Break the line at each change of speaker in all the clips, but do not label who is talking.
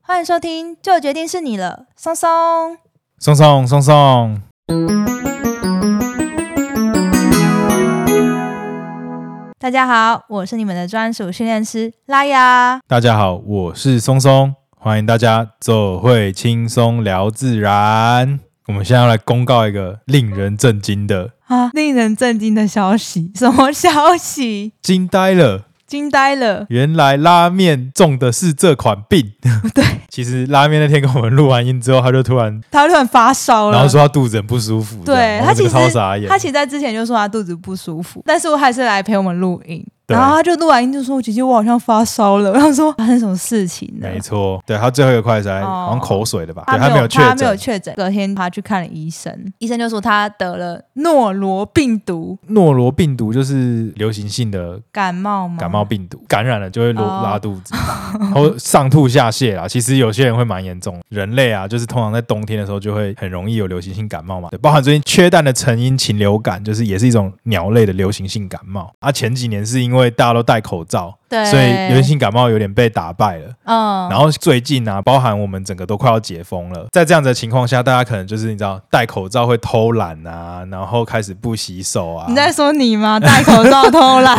欢迎收听，就决定是你了，松松。
松松松松，
大家好，我是你们的专属训练师拉雅。
大家好，我是松松，欢迎大家走会轻松聊自然。我们现在要来公告一个令人震惊的，
啊，令人震惊的消息，什么消息？
惊呆了！
惊呆了！
原来拉面中的是这款病。
对，
其实拉面那天跟我们录完音之后，他就突然，
他突然发烧了，
然后说他肚子很不舒服，这
哦对
样
他
我整
其
个
实
超傻眼，
他其实在之前就说他肚子不舒服，但是我还是来陪我们录音。
对
然后他就录完音就说：“姐姐，我好像发烧了。”然后说：“发生什么事情呢
没错，对他最后一个快筛，
哦
好像口水的吧？？”对，
他
没有确
他没有
诊。
确诊。隔天他去看了医生，医生就说他得了诺罗病毒
诺罗病毒就是流行性的
感冒吗？
感冒病毒感染了就会
哦
拉拉肚子， 然后上吐下泻啦。其实有些人会蛮严重，人类啊，就是通常在冬天的时候就会很容易有流行性感冒嘛，对包含最近缺氮的成因禽流感，就是也是一种鸟类的流行性感冒。啊，前几年是因为大家都戴口罩，
对，
所以流行性感冒有点被打败了。
嗯，
然后最近啊，包含我们整个都快要解封了，在这样子的情况下，大家可能就是你知道戴口罩会偷懒啊，然后开始不洗手啊，
你在说你吗？ 戴口罩偷 懒，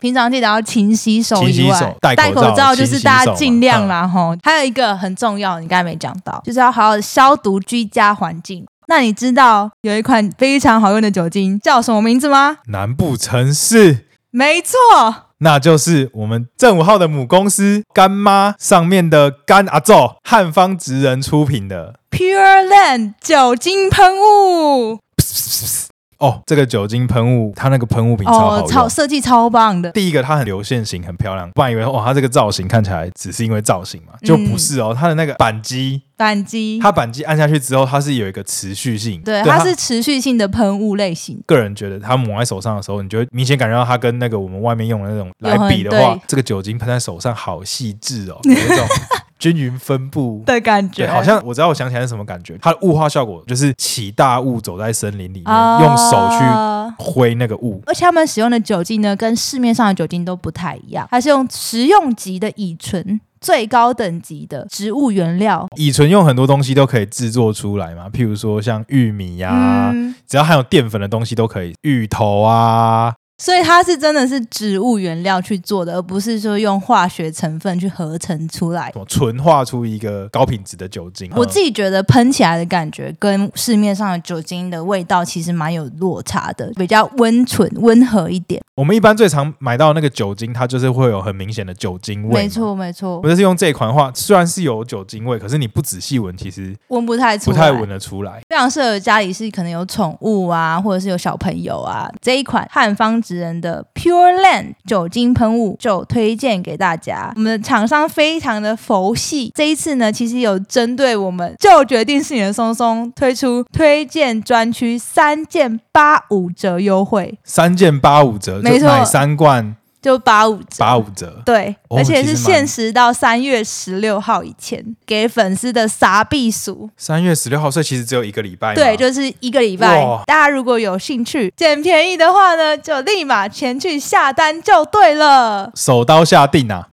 平常记得要勤洗手
勤
以
洗
外，
手戴口罩
就是大家尽量
嗯
啦吼。还有一个很重要，你刚才没讲到，就是要好好地消毒居家环境。那你知道有一款非常好用的酒精叫什么名字吗？
难不成是？
没错，
那就是我们正五号的母公司干妈上面的干阿昼汉方职人出品的
Pure Land 酒精喷雾，
哦，这个酒精喷雾，它那个喷雾瓶超好用。
哦超设计超棒的，
第一个，它很流线型，很漂亮。不然以为哦哇，它这个造型看起来只是因为造型
嗯
嘛，就不是哦。它的那个扳机，
扳机，
它扳机按下去之后，它是有一个持续性。
对，它
它
是持续性的喷雾类型。
个人觉得，它抹在手上的时候，你就会明显感觉到它跟那个我们外面用的那种
有很
来比的话
嗯对，
这个酒精喷在手上好细致哦，有一 种均匀分布
的感觉，
对，好像我知道，我想起来是什么感觉。它的雾化效果就是起大雾，走在森林里面，
啊
用手去挥那个雾。
而且他们使用的酒精呢，跟市面上的酒精都不太一样，它是用食用级的乙醇。最高等级的植物原料，
乙醇用很多东西都可以制作出来嘛，譬如说像玉米呀、
嗯，
只要含有淀粉的东西都可以，芋头啊，
所以它是真的是植物原料去做的，而不是说用化学成分去合成出来
什。么纯化出一个高品质的酒精。
我
嗯
自己觉得喷起来的感觉跟市面上的酒精的味道其实蛮有落差的，比较温醇温和一点。
我们一般最常买到那个酒精，它就是会有很明显的酒精味。
没。错，没错
啊我，就是用这款的话，虽然是有酒精味，可是你不仔细闻，其实
闻不太出
不
来，
太闻得出来。
非常适合家里是可能有宠物啊，或者是有小朋友啊。这一款汉方职人的 Pure Land 酒精喷雾就推荐给大家。我们的厂商非常的佛系，这一次呢，其实有针对我们就决定是你的松松推出推荐专区三件八五折优惠，
三件八五折，
没
就
错
买三罐
就八五折，
八五折。
对，
哦
而且
其
是
实
限
蛮
时到三月十六号以前，给粉丝的傻避暑。
三月十六号，所以其实只有一个礼拜嘛。
对，就是一个礼拜
哇。
大家如果有兴趣捡便宜的话呢，就立马前去下单就对了。
手刀下定啊！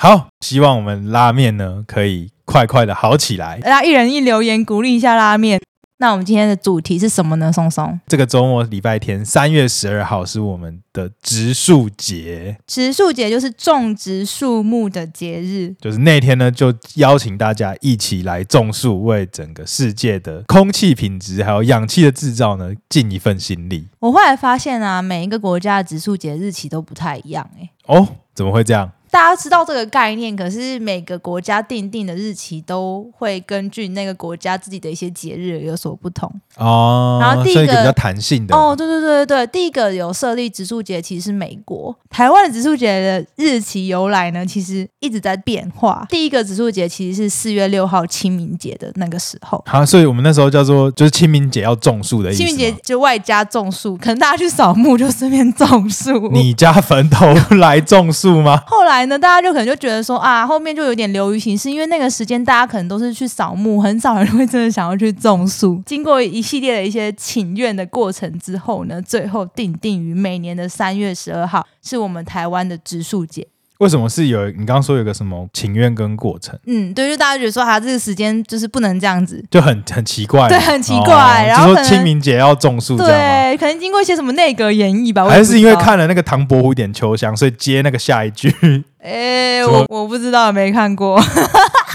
好，希望我们拉面呢可以快快的好起来。
大家一人一留言鼓励一下拉面。那我们今天的主题是什么呢？松松，
这个周末礼拜天，三月十二号是我们的植树节，
植树节就是种植树木的节日。
就是那天呢就邀请大家一起来种树，为整个世界的空气品质还有氧气的制造呢尽一份心力。
我后来发现啊，每一个国家的植树节日期都不太一样诶、
哦，怎么会这样？
大家知道这个概念，可是每个国家定定的日期都会根据那个国家自己的一些节日有所不同。
哦，
然后第一个
所以一个比较弹性的
哦，对对对对对，第一个有设立植树节，其实是美国。台湾的植树节的日期由来呢，其实一直在变化。第一个植树节其实是四月六号清明节的那个时候。
好、所以我们那时候叫做就是清明节要种树的意思
清
吗。
明节就外加种树，可能大家去扫墓就顺便种树。
你家坟头来种树吗？
后来呢，大家就可能就觉得说啊，后面就有点流于形式，因为那个时间大家可能都是去扫墓，很少人会真的想要去种树。 经过一系列的一些请愿的过程之后呢，最后定定于每年的三月十二号是我们台湾的植树节。
为什么是有你刚刚说有个什么情愿跟过程，
嗯，对，就大家觉得说啊，这个时间就是不能这样子。
就很很奇怪，
对很奇
哦
怪然后
就
可
说
能
清明节要种树这样吗？
对，可能经过一些什么内阁演绎吧，我也
还
不
是
知
因为
道，
看了那个唐伯虎点秋香，所以接那个下一句，
哎、
什
我
么
我不知道，没看过，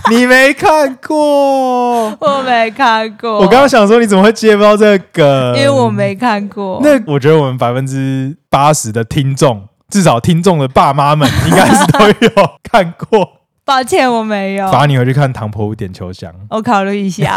你没看过？
我没看过，
我刚刚想说你怎么会接不到这个？
因为我没看过，
那我觉得我们百分之八十的听众，至少听众的爸 妈们应该是都有看过。
抱歉，我没有。
罚你回去看《唐婆屋点秋香》。
我考虑一 下，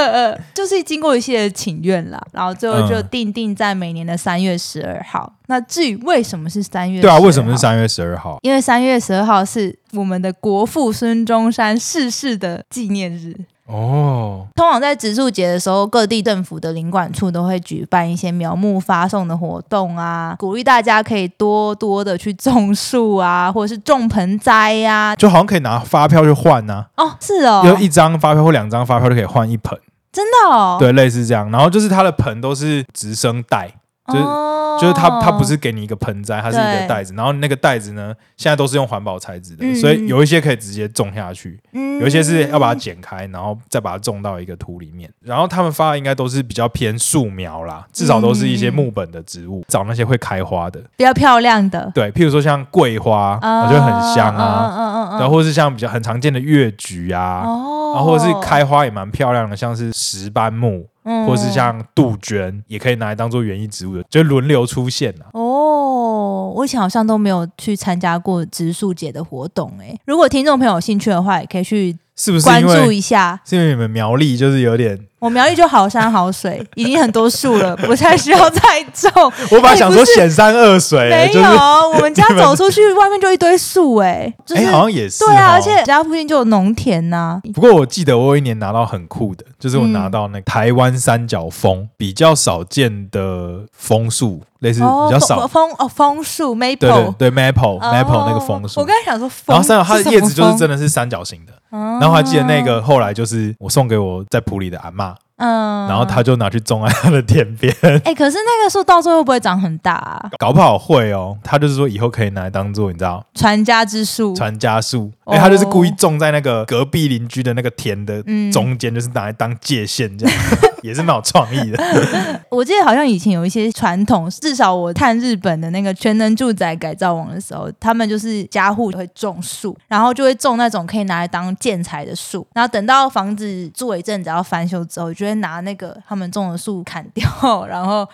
就是经过一些请愿啦，然后最后就
嗯
定定在每年的三月十二号。那至于为什么是三月，
对啊，为什么是？三月十二号？
因为三月十二号是我们的国父孙中山逝世的纪念日。
哦，
通常在植树节的时候，各地政府的领管处都会举办一些苗木发送的活动啊，鼓励大家可以多多的去种树啊，或者是种盆栽呀、
就好像可以拿发票去换呐、
哦，是哦，
就一张发票或两张发票就可以换一盆，
真的哦，
对，类似这样。然后就是它的盆都是直升袋，就是
哦
就是它它不是给你一个盆栽，它是一
对
个袋子。然后那个袋子呢，现在都是用环保材质的，
嗯
所以有一些可以直接种下去。
嗯
有一些是要把它剪开，然后再把它种到一个土里面。然后他们发的应该都是比较偏树苗啦，至少都是一些木本的植
嗯
物，找那些会开花的。
比较漂亮的，
对，譬如说像桂花，我觉得很香啊。
嗯嗯嗯嗯嗯，
然后或是像比较很常见的越菊啊，
哦，
然后或者是开花也蛮漂亮的，像是石斑木，
嗯，
或是像杜鹃，也可以拿来当做园艺植物的，就轮流出现啊。
哦，我以前好像都没有去参加过植树节的活动诶。如果听众朋友有兴趣的话，也可以去
是不是
关
因
注
为
一下。
是因为你们苗栗就是有点？
我苗栗就好山好 水，已经很多树了，不太需要再种。
我本来想说
哎不是
显山恶水、
没
就
有，
是
我们家
你们
走出去外面就一堆树 诶，就
哎、
是、
好像也是
对啊，
哦
而且家附近就有农田呐、
不过我记得我有一年拿到很酷的，就是我
嗯
拿到那个台湾三角枫，比较少见的枫树，类似
哦，
比较少，
枫枫哦枫树 maple，
对对对，maple、
哦
maple 那个枫树
我。刚才想说枫，
然后三角它的叶子就是真
的。
的是三角形的，
然
然后我还记得那
哦
个后来就是我送给我在埔里的阿嬷，
嗯，
然后她就拿去种在她的田边，
哎、可是那个树到最后会不会长很大啊？
搞不好会哦。她就是说以后可以拿来当做你知道
传家之树，
传家树，
哦
哎，她就是故意种在那个隔壁邻居的那个田的
嗯
中间，就是拿来当界限这样， 也是蛮有创意的。
我记得好像以前有一些传统，至少我看日本的那个全能住宅改造网的时候，他们就是家户会种树，然后就会种那种可以拿来当建材的树，然后等到房子住一阵子要翻修之后，就会拿那个他们种的树砍掉，然后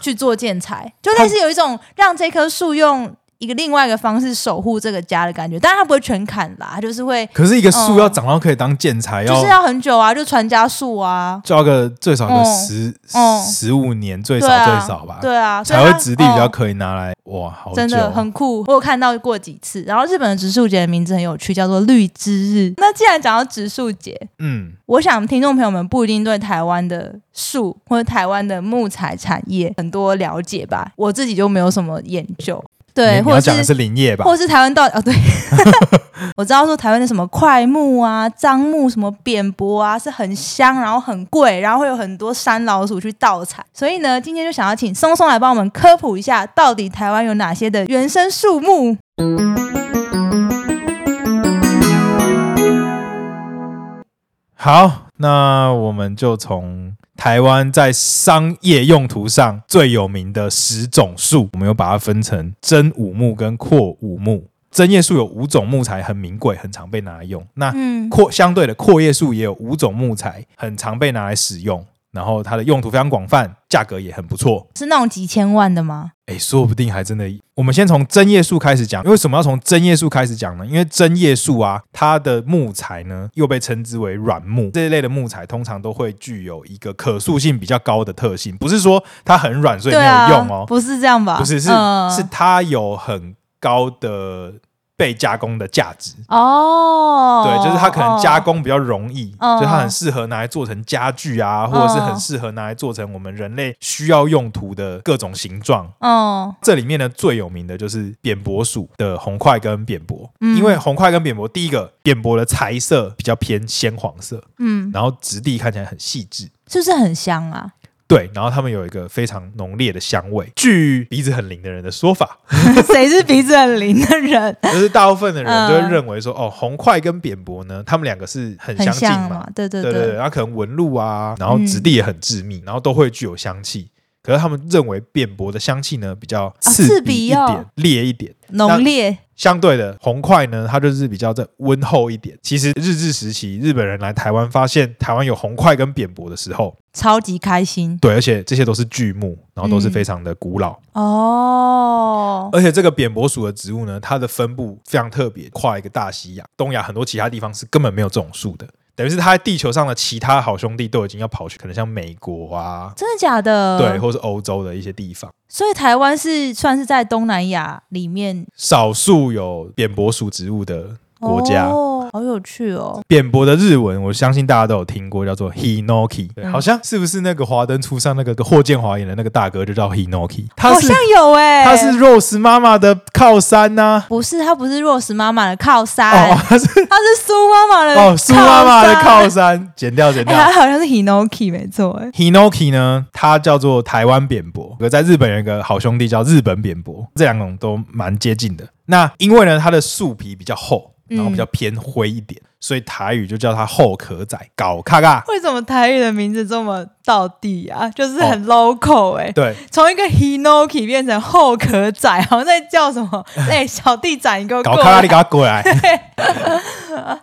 去做建材，就类似有一种让这棵树用。一个另外一个方式守护这个家的感觉，但是它不会全砍啦，它就是会
可是一个树
嗯
要长到可以当建材，
就是要很久啊，就传家树啊，
就要个最少个
嗯
十
嗯
十五年，最少
对啊
最少吧，
对啊，所以
才会
它
质地比较
嗯
可以拿来哇，好久啊哦
真的很酷，我有看到过几次。然后日本的植树节的名字很有趣，叫做绿之日。那既然讲到植树节，
嗯，
我想听众朋友们不一定对台湾的树或者台湾的木材产业很多了解吧？我自己就没有什么研究，
你
对，
你
或
要讲
者
的
是
是林业吧？
或是台湾到底哦，对，我知道说台湾的什么块木啊、樟木、什么扁柏啊，是很香，然后很贵，然后会有很多山老鼠去盗采。所以呢，今天就想要请松松来帮我们科普一下，到底台湾有哪些的原生树木。
好，那我们就从台湾在商业用途上最有名的十种树，我们又把它分成真五木跟阔五木。针叶树有五种木材很名贵，很常被拿来用。那
嗯，
阔相对的阔叶树也有五种木材，很常被拿来使用，然后它的用途非常广泛，价格也很不错。
是那种几千万的吗？
哎，说不定还真的。我们先从针叶树开始讲，为什么要从针叶树开始讲呢？因为针叶树啊，它的木材呢又被称之为软木，这一类的木材通常都会具有一个可塑性比较高的特性，不是说它很软所以
对
没
啊
有用哦，
不是这样吧？
不是是、
嗯
是它有很高的被加工的价值。
哦，
对，就是它可能加
哦，
工比较容易，
哦
就它很适合拿来做成家具啊，或者
嗯
是很适合拿来做成我们人类需要用途的各种形状。
嗯
这里面呢，最有名的就是扁柏属的红块跟扁柏，
嗯
因为红块跟扁柏，第一个扁柏的材色比较偏鲜黄色，
嗯，
然后质地看起来很细致，
是不是很香啊？
对，然后它们有一个非常浓烈的香味。据鼻子很灵的人的 说法，
谁是鼻子很灵的人？
就是大部分的人
嗯
都会认为说，哦，红块跟扁柏呢，它们两个是很
很
相近
像
嘛，，
对对
对对，
对，嗯
然后可能纹路啊，然后质地也很致密，然后都会具有香气。可是他们认为扁柏的香气呢比较
刺
刺
鼻
鼻一点、
哦
烈一点，
浓烈，
相对的红块呢，它就是比较在温厚一点。其实日治时期日本人来台湾，发现台湾有红块跟扁柏的时候，
超级开心
对，而且这些都是巨木，然后都是
嗯
非常的古老。
哦。
而且这个扁柏属的植物呢，它的分布非常特别，跨一个大西洋，东亚很多其他地方是根本没有这种树的。等于是它在地球上的其他好兄弟都已经要跑去，可能像美国啊，
真的假的？
对，，或是欧洲的一些地方，
所以台湾是算是在东南亚里面
少数有扁柏属植物的国家。
哦，好有趣哦。
扁柏的日文，我相信大家都有听过，叫做 hinoki，对
嗯
好像是不是那个《华灯初上》那个霍建华演的那个大哥就叫 hinoki？他
好
是
像有哎、
他是 Rose 妈妈的靠山呐、
不是他不是 Rose 妈妈的靠山，
哦，他是
他是苏妈妈的
哦，苏妈妈的靠
山
山，剪掉剪
哎、
掉。
他好像是 Hinoki 没错哎、
Hinoki 呢，它叫做台湾扁柏，可在日本有一个好兄弟叫日本扁柏，这两种都蛮接近的。那因为呢，它的树皮比较厚，
嗯
然后比较偏灰一点，所以台语就叫它厚壳仔，搞咔咔。
为什么台语的名字这么到地啊？就是很
哦
local 哎、
对，
从一个 Hinoki 变成后壳仔，好像在叫什 么？哎、小弟仔，你给我
搞
过
咔咔，
来
你！给 它过来。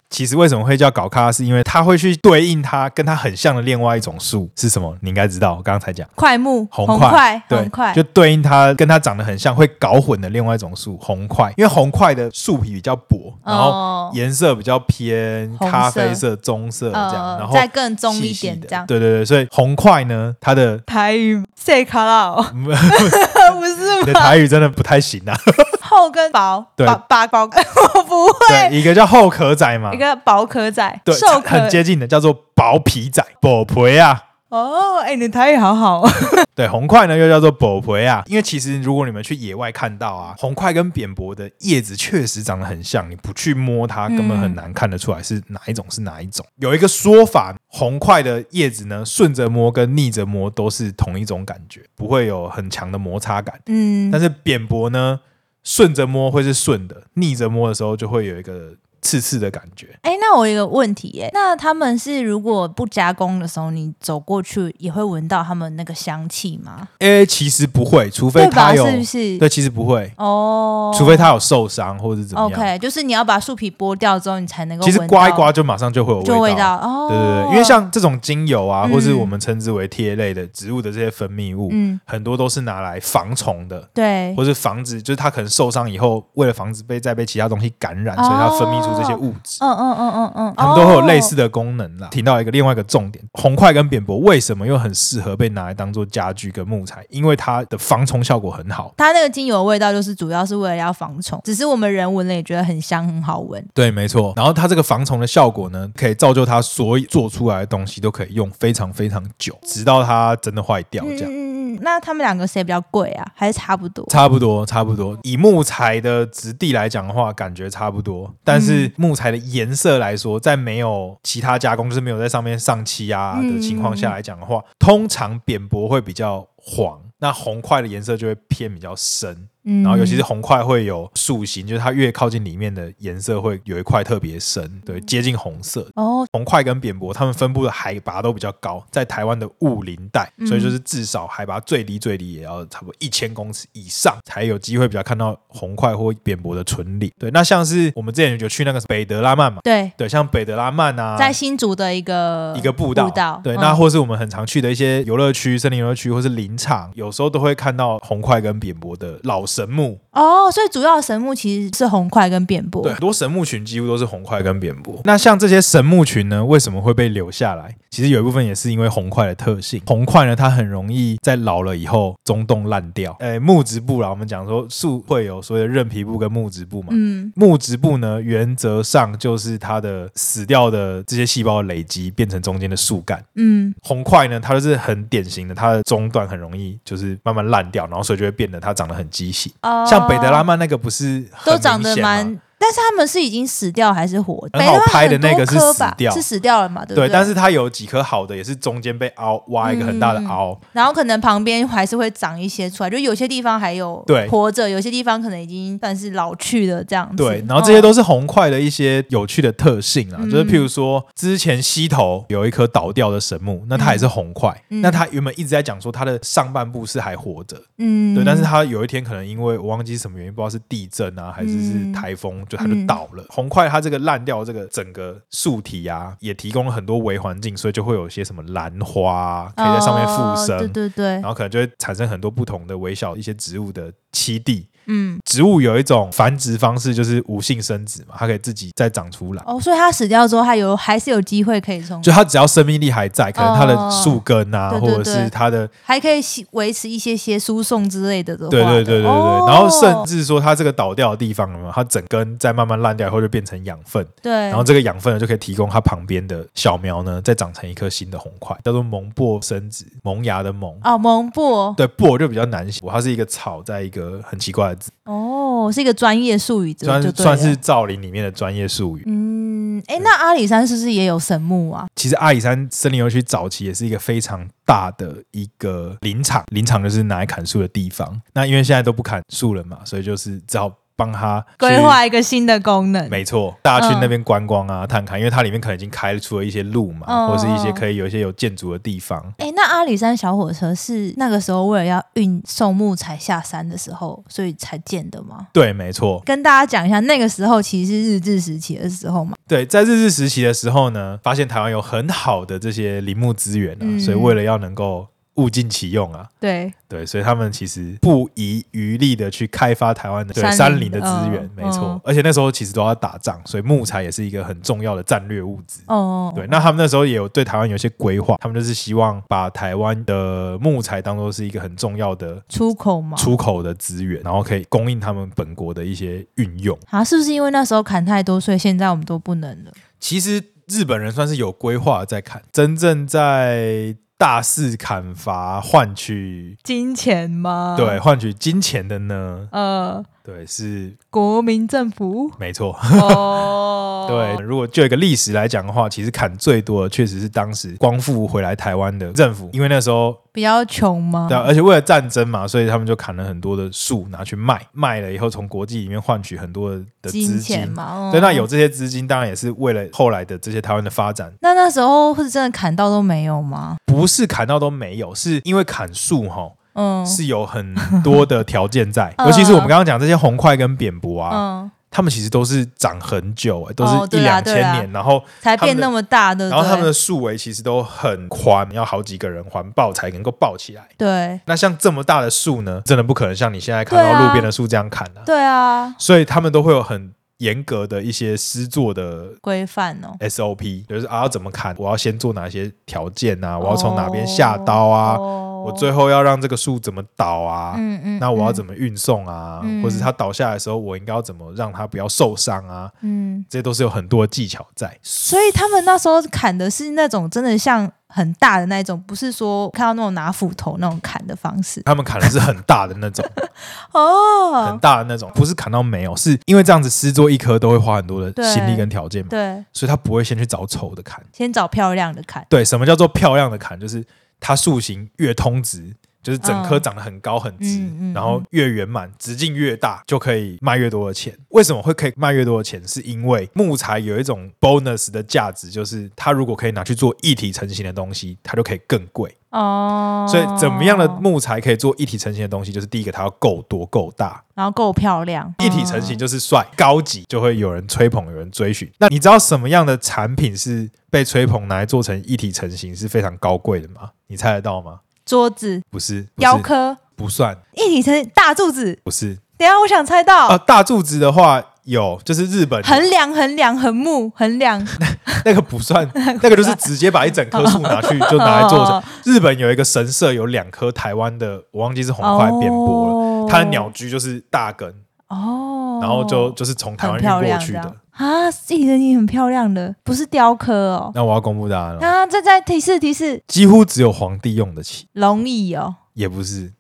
其实为什么会叫搞咔咔，是因为它会去对应它跟它很像的另外一种树是什么？你应该知道，我刚才讲。
快木
红
红
块，
红块，
就对应它跟它长得很像，会搞混的另外一种树红块，因为红块的树皮比较薄，然后
哦
颜色比较偏
红色哦
咖啡色、棕色这样，然后
呃再更棕一
细细
点
的
这样。
对对对，所以红块呢，它的
台语塞卡拉哦，不是
你的
吗？
台语真的不太行啊。
厚跟薄，
对
薄薄薄， 我不会。
对，一个叫厚壳仔嘛
一，个薄壳仔，
对，
瘦壳
很接近的，叫做薄皮仔、薄皮啊。
哦，哎、你台语好好 哦。
对，红块呢又叫做薄葵啊，因为其实如果你们去野外看到啊，红块跟扁柏的叶子确实长得很像，你不去摸它，根
嗯
本很难看得出来是哪一种是哪一种。有一个说法，红块的叶子呢，顺着摸跟逆着摸都是同一种感觉，不会有很强的摩擦感。
嗯
但，是扁柏呢，顺着摸会是顺的，逆着摸的时候就会有一个刺刺的感觉。
哎、那我有一个问题、耶，那他们是如果不加工的时候，你走过去也会闻到他们那个香气吗？
诶，其实不会，除非
对
它
吧？
有
是不是？
对，其实不会，
哦，
除非它有受伤或者是怎么样。
OK，就是你要把树皮剥掉之后，你才能够
其实
闻
刮一
到
刮就马上就会有
就
味
味道哦。
对对对，因为像这种精油啊，
嗯
或是我们称之为萜类的植物的这些分泌物，
嗯，
很多都是拿来防虫的，
对，
或是防止，就是它可能受伤以后，为了防止被再被其他东西感染，
哦
所以它分泌出这些物质。
嗯嗯嗯嗯嗯，
它们都会有类似
哦。
的功能啦。听到一个另外一个重点，红块跟扁柏为什么又很适合被拿来当做家具跟木材？因为它的防虫效果很好。
它那个精油的味道就是主要是为了要防虫，只是我们人闻了也觉得很香很好闻。
对，没错。然后它这个防虫的效果呢，可以造就它所有做出来的东西都可以用非常非常久，直到它真的坏掉
嗯
这样。
嗯嗯，嗯那他们两个谁比较贵啊？还是差不多？
差不多，差不多。以木材的质地来讲的话，感觉差不多。但
嗯
是木材的颜色来说，在没有其他加工，就是没有在上面上漆啊的
嗯
情况下来讲的话，通常扁柏会比较黄，那红块的颜色就会偏比较深。
嗯，
然后尤其是红块会有塑形，就是它越靠近里面的颜色会有一块特别深，对，接近红色。
哦，
红块跟扁柏，它们分布的海拔都比较高，在台湾的雾林带，
嗯
所以就是至少海拔最低最低也要差不多一千公尺以上，才有机会比较看到红块或扁柏的纯理。对，那像是我们之前有去那个北德拉曼嘛，
对，
对，像北德拉曼啊，
在新竹的一个
一个步道，
步道
对，
嗯
那或是我们很常去的一些游乐区、森林游乐区或是林场，有时候都会看到红块跟扁柏的老神木。
哦，所以主要的神木其实是红块跟扁柏。
对，很多神木群几乎都是红块跟扁柏。那像这些神木群呢，为什么会被留下来？其实有一部分也是因为红块的特性。红块呢，它很容易在老了以后中洞烂掉。诶，木质部啦，我们讲说树会有所谓的韧皮部跟木质部嘛。
嗯，
木质部呢，原则上就是它的死掉的这些细胞的累积变成中间的树干。
嗯
红块呢，它就是很典型的，它的中段很容易就是慢慢烂掉，然后所以就会变得它长得很畸形。
哦，
像北德拉曼那个不是很
都长得
明显吗
蛮但是他们是已经死掉还是活？
很好拍的那个是
北方很多颗吧
死掉
是死掉了嘛？对不嗯
对，但
是
是它有几颗好的，也是中间被凹挖一个很大的凹，
然后可能旁边还是会长一些出来，就有些地方还有
对
活着，有些地方可能已经算是老去了这样子。
对，然后这些
嗯
都是红块的一些有趣的特性啊，
嗯
就是譬如说，之前溪头有一棵倒掉的神木，那它也是红块，
嗯
那它原本一直在讲说它的上半部是还活着，
嗯，
对，但是它有一天可能因为我忘记是什么原因，不知道是地震啊还是
嗯
是台风，就它就
嗯
倒了。红块它这个烂掉这个整个树体啊，也提供了很多微环境，所以就会有一些什么兰花啊、可以在上面附生。
哦、对对对
然，后可能就会产生很多不同的微小一些植物的栖地，
嗯，
植物有一种繁殖方式，就是无性生殖嘛，它可以自己再长出来。
哦，所以它死掉之后，它有还是有机会可以从，
就它只要生命力还在，可能它的
哦
树根啊，
对对
或者
对
是它的，
还可以吸维持一些些输送之类的的话
对对对对对。
哦
然后甚至说它这个倒掉的地方嘛，它整根再慢慢烂掉以后就变成养分，
对，
然后这个养分呢就可以提供它旁边的小苗呢再长成一颗新的红块，叫做萌薄生殖，萌芽的萌。
哦，蒙布
对，薄就比较难写，它是一个草，在一个很奇怪的字，
哦，是一个专业术语，就
算
就
是
对
算
了
是造林里面的专业术语。
嗯，哎，那阿里山是不是也有神木啊？
其实阿里山森林游区早期也是一个非常大的一个林场，林场就是拿来砍树的地方。那因为现在都不砍树了嘛，所以就是只好帮他去
规。划一个新的功能，
没错，大家去那边观光啊、探勘，因为它里面可能已经开出了一些路嘛，
嗯
或者是一些可以有一些有建筑的地方。
哎，那阿里山小火车是那个时候为了要运送木材下山的时候，所以才建的吗？
对，没错，
跟大家讲一下，那个时候其实是日治时期的时候嘛。
对，在日治时期的时候呢，发现台湾有很好的这些林木资源啊，
嗯
所以为了要能够物尽其用啊，
对，
对，所以他们其实不遗余力的去开发台湾的对
山林
山林的资源，
嗯
没错。
嗯
而且那时候其实都要打仗，所以木材也是一个很重要的战略物资。
哦，
对，那他们那时候也有对台湾有一些规划，他们就是希望把台湾的木材当做是一个很重要的
出口嘛，
出口的资源，然后可以供应他们本国的一些运用。
啊，是不是因为那时候砍太多，所以现在我们都不能了？
其实日本人算是有规划在砍，真正在大肆砍伐换取、
金钱吗
对，换取金钱的呢，
呃，
对是
国民政 府
没错。
哦，
对，，如果就一个历史来讲的话，其实砍最多的确实是当时光复回来台湾的政府，因为那时候
比较穷吗？
对啊、而且为了战争嘛，所以他们就砍了很多的树拿去卖，卖了以后从国际里面换取很多的资
金
金
钱。嘛，嗯
对，那有。这些资金，当然也是为了后来的这些台湾的发展，
那那时候是真的砍到都没有吗？
不是砍到都没有，是因为砍树哈
嗯
是有很多的条件在，
嗯
尤其是我们刚刚讲这些红块跟扁柏啊，
嗯，
它们其实都是长很久、欸，都
哦
是一
对啊
两
对
千
啊
年，然后
才变那么大，对不对？
然后他们的树围其实都很宽，要好几个人环抱才能够抱起来。
对
那像这么大的树呢，真的不可能像你现在看
对
到
啊
路边的树这样砍啊。
对啊，
所以他们都会有很严格的一些施作的
规范哦。
SOP，就是啊要怎么砍，我要先做哪些条件啊，我要从哪边下刀啊，
哦
我最后要让这个树怎么倒啊。
嗯嗯，
那我要
么？
怎么运送啊？
嗯
或者它倒下来的时候，我应该要怎么让它不要受伤啊？
嗯，
这些都是有很多技巧在。
所以他们那时候砍的是那种真的像很大的那一种，不是说看到那种拿斧头那种砍的方式
他们砍的是很大的那种，很
哦。
大的那种，不是砍到没有，是因为这样子施作一颗都会花很多的
对
心力跟条件嘛，
对，
所以他不会先去找丑的砍。
先找漂亮的砍。
对，什么叫做漂亮的砍？就是它树形越通直，就是整棵
嗯
长得很高很直，
嗯嗯
然后越圆满，直径越大，就可以卖越多的钱。为什么会可以卖越多的钱？是因为木材有一种 bonus 的价值，就是它如果可以拿去做一体成型的东西，它就可以更贵。
哦，
所以，怎么样的木材可以做一体成型的东西？就是第一个，它要够多够大，
然后够漂亮，嗯
一体成型就是帅、高级，就会有人吹捧，有人追寻。那你知道什么样的产品是被吹捧拿来做成一体成型是非常高贵的吗？你猜得到吗？
桌子、
不是，不
雕
是，
刻、
不算，
一体成大柱子。
不是。
等一下，我想猜到。
啊，大柱子的话有，就是日本
衡量、衡量、衡木、衡量，
那个不算， 那个就是直接把一整棵树拿去就拿来做
哦
成。日本有一个神社有两棵台湾的， 我忘记是红块扁柏了，
了
它的鸟居就是大根，
哦，
然后就就是从台
很
湾
漂
运过
亮
去
这样
的。
啊，自己的你很漂亮的，不是雕刻哦。
那我要公布答案了，
啊，这在提示提示，
几乎只有皇帝用得起，
龙椅哦，
也不是。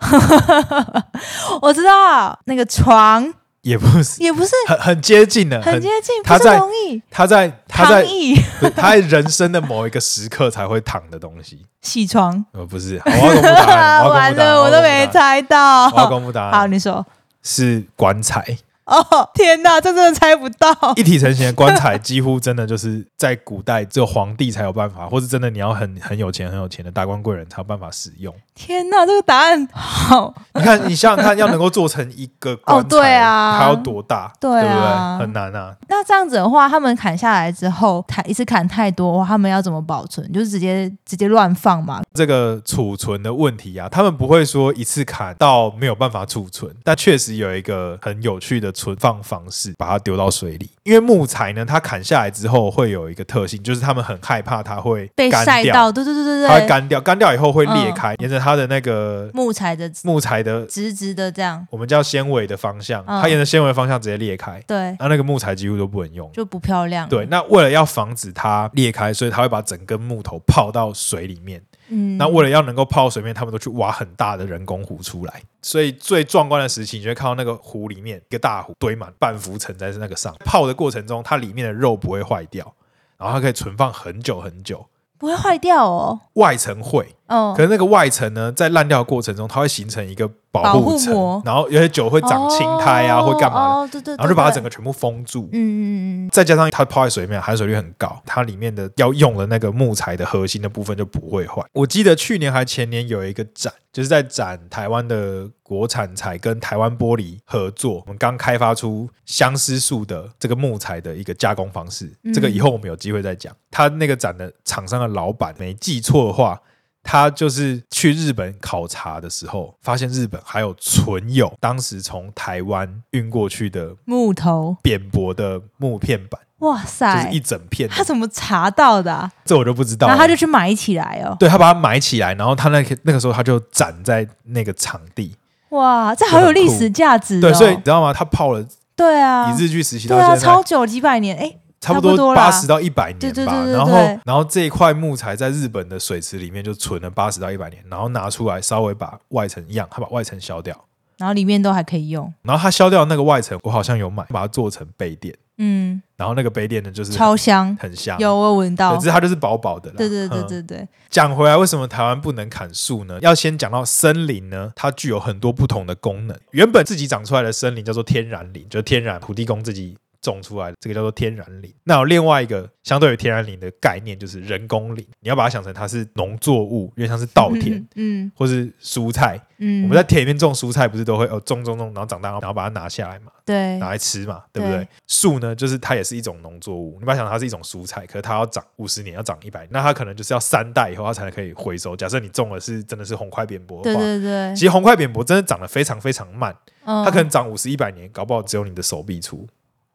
我知道那个床
也不是，
也不是
很很接近的，
很
很
接近，
他
不是
在
容易。
他在他
躺
在
椅、
不是他在人生的某一个时刻才会躺的东西，
起床，
呃，不是，好 我要公布答 案，我要
完
公布答案
了，我都没，猜到。
我要公布 答
好，
案，
你说。
是棺材，
哦，天哪，这真的猜不到。
一体成型的棺材， 几乎真的就是在古代只有皇帝才有办法，或是真的你要很很有钱很有钱的达官贵人才有办法使用。
天哪，这个答案好。
你看，你想想看，要能够做成一个棺材，
对啊
它要多大，
对
对
啊
不对？很难啊，
那这样子的话，他们砍下来之后，砍一次砍太多的话，他们要怎么保存？就是直接直接乱放嘛？
这个储存的问题啊，他们不会说一次砍到没有办法储存，但确实有一个很有趣的存放方式，把它丢到水里。因为木材呢，它砍下来之后会有一个特性，就是他们很害怕它会
被
干
晒
掉，
到，对对对嗯
它会
对对，
干掉，干掉以后会裂开，沿着它的那个
木材的
木材的
直直的这样，
我们叫纤维的方向，
嗯
它沿着纤维的方向直接裂开，
对，
那那个木材几乎都不能用。
就不漂亮。
对，，那为了要防止它裂开，所以它会把整根木头泡到水里面。
嗯，
那为了要能够泡水面，他们都去挖很大的人工湖出来。所以最壮观的时期，你就会看到那个湖里面一个大湖堆满半浮沉在那个上。泡的过程中，它里面的肉不会坏掉，然后它可以存放很久很久。
不会坏掉哦。
外层会，
哦
可，是那个外层呢，在烂掉的过程中，它会形成一个保
保护
护层
膜，
然后有些酒会长青苔啊，
哦
会干嘛的，
哦，对对，
然后就把它整
个，
个全部封住。
嗯嗯嗯嗯，
再加上它泡在水里面，含水率很高，它里面的要用的那个木材的核心的部分就不会坏。我记得去年还前年有一个展，就是在展台湾的国产材跟台湾玻璃合作，我们刚开发出相思树的这个木材的一个加工方式。
嗯
这个以后我们有机会再讲。他那个展的厂商的老板，没记错的话。他就是去日本考察的时候，发现日本还有存有当时从台湾运过去的
木头，
扁薄的木片板。
哇
就是
塞
一，整片的
哎他怎么查到的啊？
这我就不知道了。
然后他就去买起来哦。
对他把它埋起来，然后他那个那个时候他就展在那个场地。
哇，这好有历史价值、哦。
对，所以你知道吗？他泡了
对啊，
以日据时期到
对啊，
现在，
超久几百年，哎，差
差不
不多
多
啦
八十到一百
对
年
对
吧。
对对
然
对
后然后这一块木材在日本的水池里面就存了八十到一百年，然后拿出来稍微把外层一样，他把外层削掉。
然后里面都还可以用，
然后他削掉那个外层，我好像有买，把它做成杯垫。
嗯，
然后那个杯垫呢，就是
超香，
很香，
有我有闻
对
到
只。是它就是薄薄的啦。
对对对
嗯
对对，
讲回来，为什么台湾不能砍树呢？要先讲到森林呢，它具有很多不同的功能。原本自己长出来的森林叫做天然林，就是天然土地公自己种出来的，这个叫做天然林。那有另外一个相对于天然林的概念，就是人工林。你要把它想成它是农作物，因为像是稻田。
嗯
或是蔬菜，
嗯，
我们在田里面种蔬菜，不是都会哦种种种，然后长大，然后把它拿下来嘛，
对
拿来吃嘛，对不对
哎对？
树呢，就是它也是一种农作物，你把它想它是一种蔬菜，可是它要长五十年，要长一百，那它可能就是要三代以后它才可以回收。假设你种的是真的是红块扁柏的
对
话，
对对，
其实红块扁柏真的长得非常非常慢，
嗯
它可能长五十一百年，搞不好只有你的手臂粗，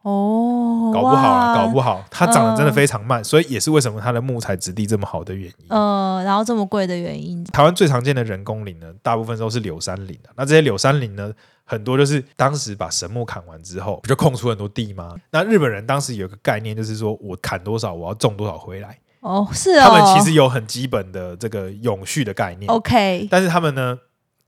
哦，
搞不好啊，
哇
搞不好它长得真的
嗯
非常慢，所以也是为什么它的木材质地这么好的原因。
呃，然后这么贵的原因，
台湾最常见的人工林呢，大部分都是柳杉林啊的。那这些柳杉林呢，很多就是当时把神木砍完之后，不就空出很多地吗？那日本人当时有一个概念，就是说我砍多少，我要种多少回来。
哦，是哦，
他们其实有很基本的这个永续的概念，
OK，
但是他们呢，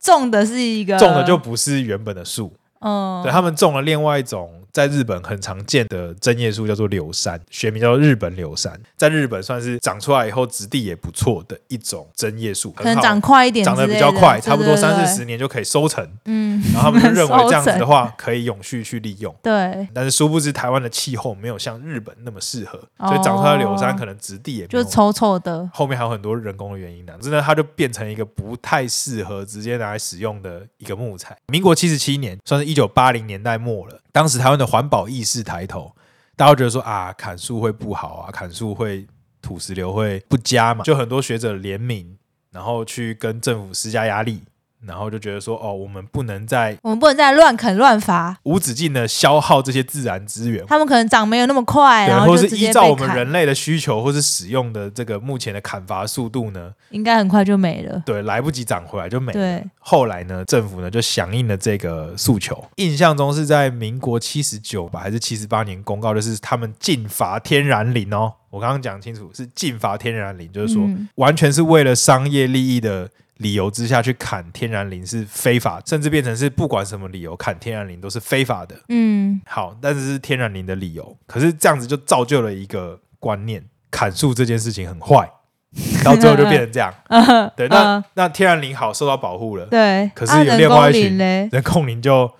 种的是一个
种的就不是原本的树，
嗯，
对他们种了另外一种在日本很常见的针叶树，叫做柳杉，学名叫做日本柳杉，在日本算是长出来以后质地也不错的一种针叶树，
可
很
能
好
长快一点之类
长
的，
得比较快，
对
差不多
对
三
对
四十年就可以收成。
嗯，
然后他们就认为这样子
收
的
成
话可以永续去利用。
对，
但是殊不知台湾的气候没有像日本那么适合，
哦
所以长出来的柳杉可能质地也没
就
有。
丑丑的，
后面还有很多人工的原因呢、真的它就变成一个不太适合直接拿来使用的一个木材。民国七十七年，算是一九八零年代末了，当时台湾的环保意识抬头，大家都觉得说啊，砍树会不好啊，砍树会土石流会不佳嘛，就很多学者联名，然后去跟政府施加压力，然后就觉得说哦，我们不能再
我们不能再乱啃乱伐，
无止境的消耗这些自然资源，
他们可能长没有那么快，
对
哎然，后
或
就是直接
依照
被
我们
砍，
人类的需求或是使用的这个目前的砍伐速度呢，
应该很快就没了。
对，来不及长回来就没了
对。
后来呢，政府呢就响应了这个诉求。印象中是在民国七十九吧，还是七十八年公告，就是他们禁伐天然林哦。我刚刚讲清楚，是禁伐天然林，就是说、
嗯
完全是为了商业利益的理由之下去砍天然林是非法，甚至变成是不管什么理由砍天然林都是非法的。
嗯，
好，但是是天然林的理由，可是这样子就造就了一个观念，砍树这件事情很坏，到最后就变成这样。对，那、
嗯
那天然林好受到保护了，
对。
可是
啊
有
人
另外
工
一
林
群
嘞，
人控林就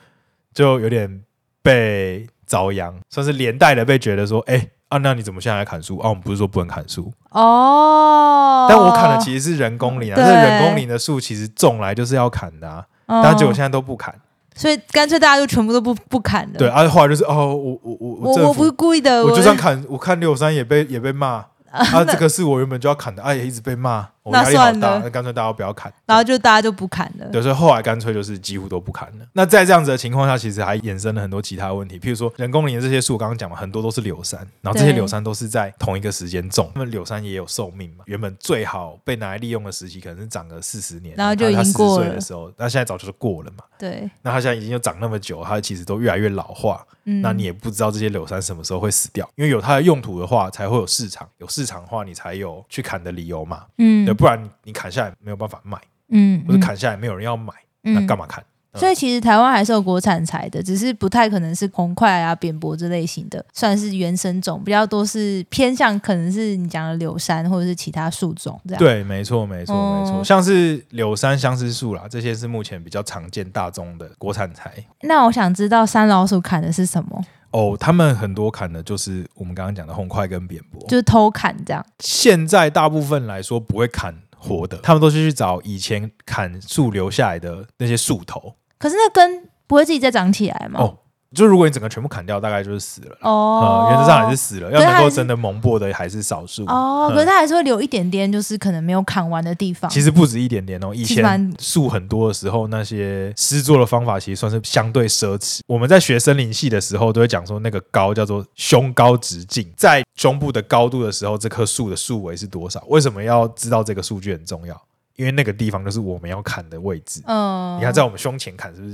就有点被遭殃，算是连带的被觉得说，哎、啊，那你怎么现在来砍树？啊，我们不是说不能砍树，
哦，
但我砍的其实是人工林啊，
对
这人工林的树其实种来就是要砍的啊，
嗯，
但结果现在都不砍，
所以干脆大家就全部都不不砍了。
对，，啊，后来就是哦，我我我
我
政
我
府
不是故意的，
我就算砍，我看六三也被也 被骂。啊，这个是我原本就要砍的，啊，也一直被骂，我
那
压力好
算了
大，那干脆大家不要砍。
然后就大家就不砍了。
对，所以后来干脆就是几乎都不砍了。那在这样子的情况下，其实还衍生了很多其他问题，譬如说人工林的这些树，我刚刚讲嘛，很多都是柳杉，然后这些
对
柳杉都是在同一个时间种，那么柳杉也有寿命嘛，原本最好被拿来利用的时期可能是长个四十年，
然后就
它它
已经
40
过
岁
了
的时候，那现在早就是过了嘛。
对，
那它现在已经又长那么久，它其实都越来越老化。
嗯，
那你也不知道这些柳杉什么时候会死掉，因为有它的用途的话，才会有市场，有市场的话，你才有去砍的理由嘛。
嗯
对，不然你砍下来没有办法卖，
嗯，
或者砍下来没有人要买，那干
嘛？
嘛砍？嗯
所以其实台湾还是有国产材的，只是不太可能是红块啊、扁柏这类型的，算是原生种，比较多是偏向可能是你讲的柳杉或者是其他树种这样。，
对，没错，没错，没错，
哦
像是柳杉、相思树啦，这些是目前比较常见大宗的国产材。
那我想知道山老鼠砍的是什么，
哦，他们很多砍的就是我们刚刚讲的红块跟扁柏，
就是偷砍这样。
现在大部分来说不会砍活的，他们都是去找以前砍树留下来的那些树头。
可是那根不会自己再长起来吗？
哦，就如果你整个全部砍掉，大概就是死了啦。
哦
呃，，原则上还是死了，
可
要
是
能
还
够
是
真的萌破的还是少数。
哦，
嗯
可是它还是会留一点点，就是可能没有砍完的地方。
其实不止一点点哦，以
其实蛮
前树很多的时候，那些施作的方法其实算是相对奢侈。我们在学森林系的时候，都会讲说那个高叫做胸高直径，在胸部的高度的时候，这棵树的树围是多少？为什么要知道这个数据很重要？因为那个地方就是我们要砍的位置。
嗯，
你看，在我们胸前砍是不是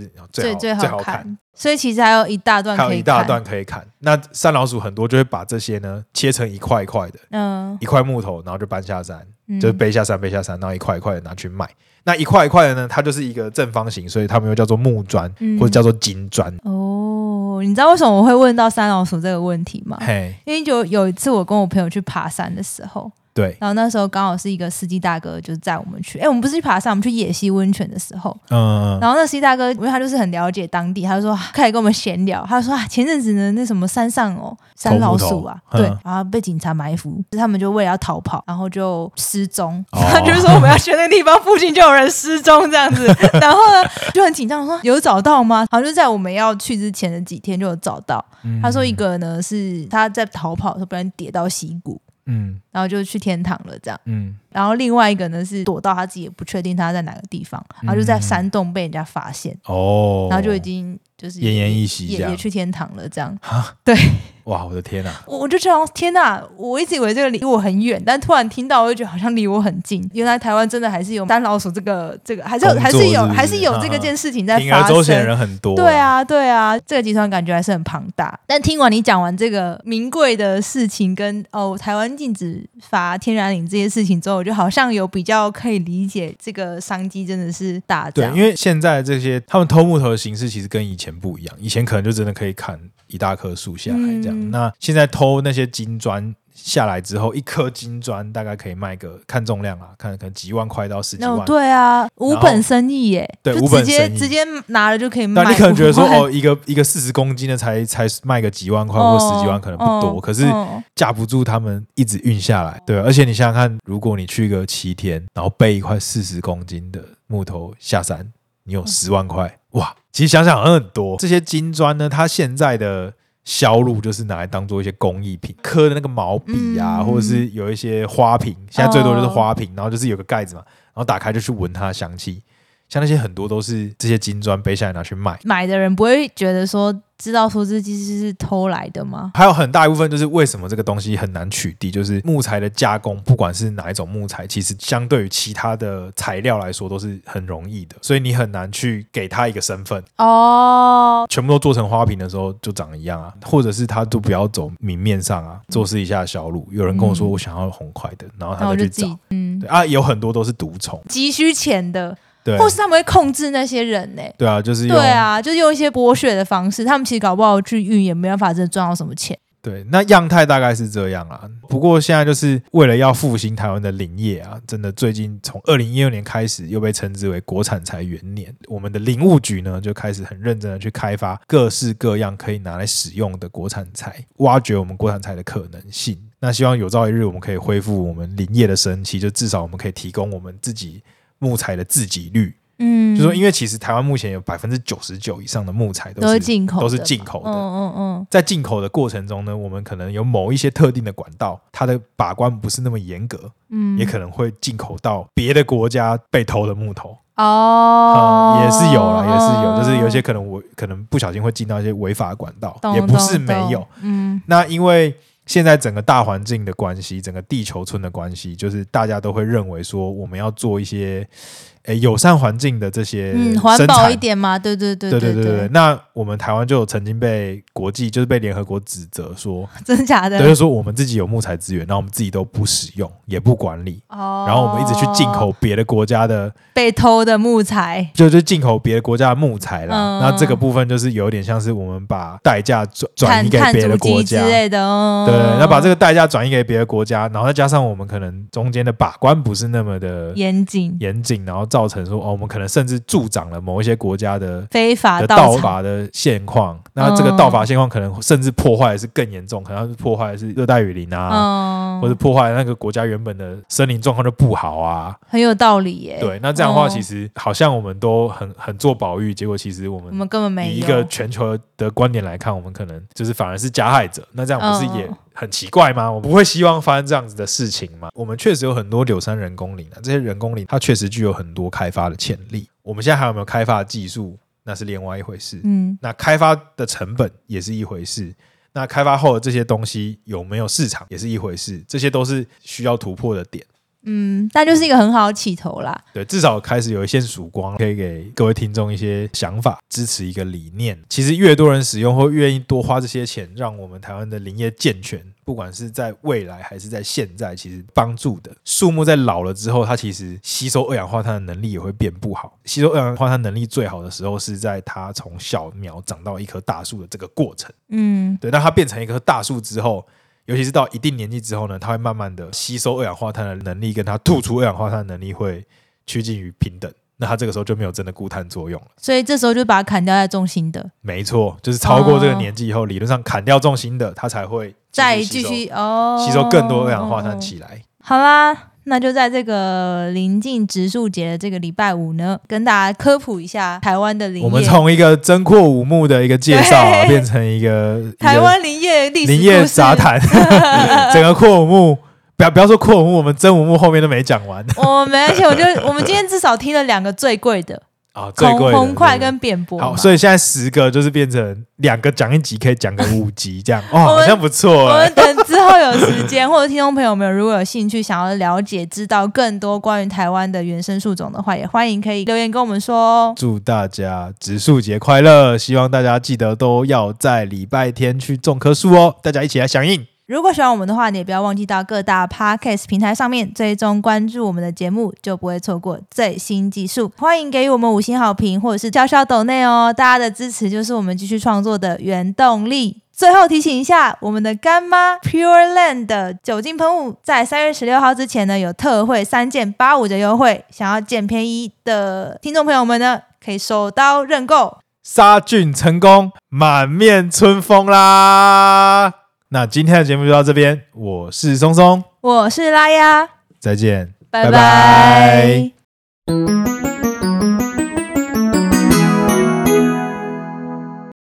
最
最好
最
最
好
好砍？
看，所以其实还有一大段
还有
可以
一大
砍
段可以砍。那山老鼠很多就会把这些呢切成一块一块的，
嗯，
一块木头，然后就搬下山。
嗯
就是背下山，背下山，然后一块一块的拿去卖。那一块一块的呢，它就是一个正方形，所以他们又叫做木砖、
嗯
或者叫做金砖。
哦，你知道为什么我会问到三老鼠这个问题吗？
嘿，
因为有有一次我跟我朋友去爬山的时候，
对，
然后那时候刚好是一个司机大哥就是载我们去，哎，我们不是去爬山，我们去野溪温泉的时候，
嗯、
然后那司机大哥因为他就是很了解当地，他就说啊开始跟我们闲聊，他就说啊前阵子呢那什么山上哦山老鼠啊，
头木
对
头嗯，
然后被警察埋伏，他们就为了要逃跑，然后就失踪，
哦
他就说我们要去那个地方附近就有人失踪这样 子，然后呢就很紧张说有找到吗？好像就在我们要去之前的几天就有找到，
嗯
他说一，个呢是他在逃跑的时候不然跌到溪谷，
嗯
然后就去天堂了这样。
嗯，
然后另外一个呢是躲到他自己也不确定他在哪个地方，然后就在
嗯
山洞被人家发现，
哦，
然后就已经就是
奄奄一息
也
这样
也去天堂了这样。
哇，我的天啊！
我我就想，天哪！我一直以为这个离我很远，但突然听到，我就觉得好像离我很近。原来台湾真的还是有单老鼠这个这个，还是有
工作
还是有
是不是
还是有这个
嗯嗯
件事情在
铤
发
而周
生
险的。人很多，
对，啊，对啊，这个集团感觉还是很庞大。但听完你讲完这个名贵的事情跟哦台湾禁止伐天然林这些事情之后，我就好像有比较可以理解这个商机真的是大
对，
涨。
因为现在这些他们偷木头的形式其实跟以前不一样，以前可能就真的可以砍一大棵树下来这样。
嗯
那现在偷那些金砖下来之后，一颗金砖大概可以卖个看重量啊，看可能几万块到十几
哦
万，，
对啊，无
然后
本生意耶，
对
就
无
直
本
接
生意
直接拿了就可以卖。
但你可能觉得说， 哦，，一个一个四十公斤的才才卖个几万块或十几万，可能不多，
哦
可是
哦
架不住他们一直运下来，对。而且你想想看，如果你去个七天，然后背一块四十公斤的木头下山，你有十万块，哇！其实想想好像很多。这些金砖呢，它现在的销路就是拿来当做一些工艺品，刻的那个毛笔啊，
嗯
或者是有一些花瓶，现在最多就是花瓶，然后就是有个盖子嘛，然后打开就去闻它的香气。像那些很多都是这些金砖背下来拿去卖。
买的人不会觉得说知道说这机器是偷来的吗？
还有很大一部分就是为什么这个东西很难取缔，就是木材的加工，不管是哪一种木材，其实相对于其他的材料来说都是很容易的，所以你很难去给它一个身份。
哦，
全部都做成花瓶的时候就长一样啊，或者是他都不要走明面上啊，做私底下的小路。有人跟我说
嗯
我想要红块的，然后
那
他
我
再
就
去
自己
找。
嗯，
对啊，有很多都是毒虫，
急需钱的，
对
或是他们会控制那些人呢、
对啊，就是用
对啊，就是用一些剥削的方式，他们其实搞不好去运也没办法真的赚到什么钱。
对，那样态大概是这样啊。不过现在就是为了要复兴台湾的林业啊，真的最近从二零一六年开始，又被称之为国产材元年。我们的林务局呢，就开始很认真的去开发各式各样可以拿来使用的国产材，挖掘我们国产材的可能性。那希望有朝一日我们可以恢复我们林业的神奇，就至少我们可以提供我们自己木材的自给率。
嗯，
就说因为其实台湾目前有百分之九十九以上的木材
都
都
是
是
进口的嘛，
都是进口的
嗯嗯嗯，
在进口的过程中呢，我们可能有某一些特定的管道，它的把关不是那么严格，
嗯，
也可能会进口到别的国家被偷的木头，
哦、
嗯，也是有啦，也是有，
嗯
就是有些可能我可能不小心会进到一些违法管道
懂，
也不是没
懂
有
懂。嗯，
那因为现在整个大环境的关系，整个地球村的关系，就是大家都会认为说我们要做一些诶友善环境的这些
嗯，环
生
保
产
一点嘛，对对对
对对
对
对对，，那我们台湾就有曾经被国际，就是被联合国指责说，
真的假的？
就是说我们自己有木材资源，然后我们自己都不使用，也不管理，
哦，
然后我们一直去进口别的国家的，
被偷的木材，
就就进口别的国家的木材啦
嗯。
那这个部分就是有点像是我们把代价转转
碳
移给
碳
别
足
的国
迹之
家。
类的，嗯、
对，那把这
个
个代价转移给别的国家，然后再加上我们可能中间的把关不是那么的
严谨、
严谨，然后造成说哦，我们可能甚至助长了某一些国家的
非法
的
盗
盗
采，嗯
伐的现况。那这个盗伐现况可能甚至破坏的是更严重，可能它是破坏的是热带雨林啊，
嗯，
或者破坏那个国家原本的森林状况就不好啊。
很有道理耶。，
对，那这样的话，
哦
其实好像我们都很很做保育，结果其实我
我
们
们根本没
以
有
一个全球的观点来看，我们可能就是反而是加害者。那这样不是也
嗯
很奇怪吗？我不会希望发生这样子的事情吗？我们确实有很多柳山人工林啊，这些人工林它确实具有很多开发的潜力。我们现在还有没有开发的技术，那是另外一回事。
嗯
那开发的成本也是一回事，那开发后的这些东西有没有市场也是一回事，这些都是需要突破的点。
嗯，但就是一个很好的起头啦。
对，至少开始有一线曙光，可以给各位听众一些想法，支持一个理念。其实越多人使用或愿意多花这些钱，让我们台湾的林业健全，不管是在未来还是在现在，其实帮助的树木在老了之后，它其实吸收二氧化碳的能力也会变不好。吸收二氧化碳能力最好的时候是在它从小苗长到一棵大树的这个过程。
嗯，
对，当它变成一棵大树之后，尤其是到一定年纪之后呢，它会慢慢的吸收二氧化碳的能力，跟它吐出二氧化碳的能力会趋近于平等。那它这个时候就没有真的固碳作用了。
所以这时候就把它砍掉，再种新的，
没错，就是超过这个年纪以后，理论上砍掉重心的，它才会
再
吸
继
收
续哦，
吸收更多二氧化碳起来。
好啦，那就在这个临近植树节的这个礼拜五呢，跟大家科普一下台湾的林
我们
业。
从一个真阔五木的一个介绍啊，
对
变成一个一个
台湾林业历史
林业
故事
杂， 谈，整个阔五木。不要不要说阔五木，我们真五木后面都没讲完
我没关系，我就我们今天至少听了两个最贵哦的，
啊， 最
孔
贵的
红块
对
跟扁薄嘛。
好，所以现在十个就是变成两个讲一集，可以讲个五 集这样，哦，
我们
好像不错
我
哎、
们等之后有时间， 或者听众朋友们如果有兴趣想要了解、知道更多关于台湾的原生树种的话，也欢迎可以留言跟我们说哦。
祝大家植树节快乐！希望大家记得都要在礼拜天去种棵树哦，大家一起来响应。
如果喜欢我们的话，你也不要忘记到各大 podcast 平台上面追踪关注我们的节目，就不会错过最新技术。欢迎给予我们五星好评，或者是悄悄抖内哦，大家的支持就是我们继续创作的原动力。最后提醒一下，我们的干妈 Pure Land 的酒精喷雾在三月十六号之前呢有特惠三件八五折优惠，想要捡便宜的听众朋友们呢，可以手刀认购。
杀菌成功，满面春风啦！那今天的节目就到这边，我是松松，
我是拉呀，
再见。
拜
拜拜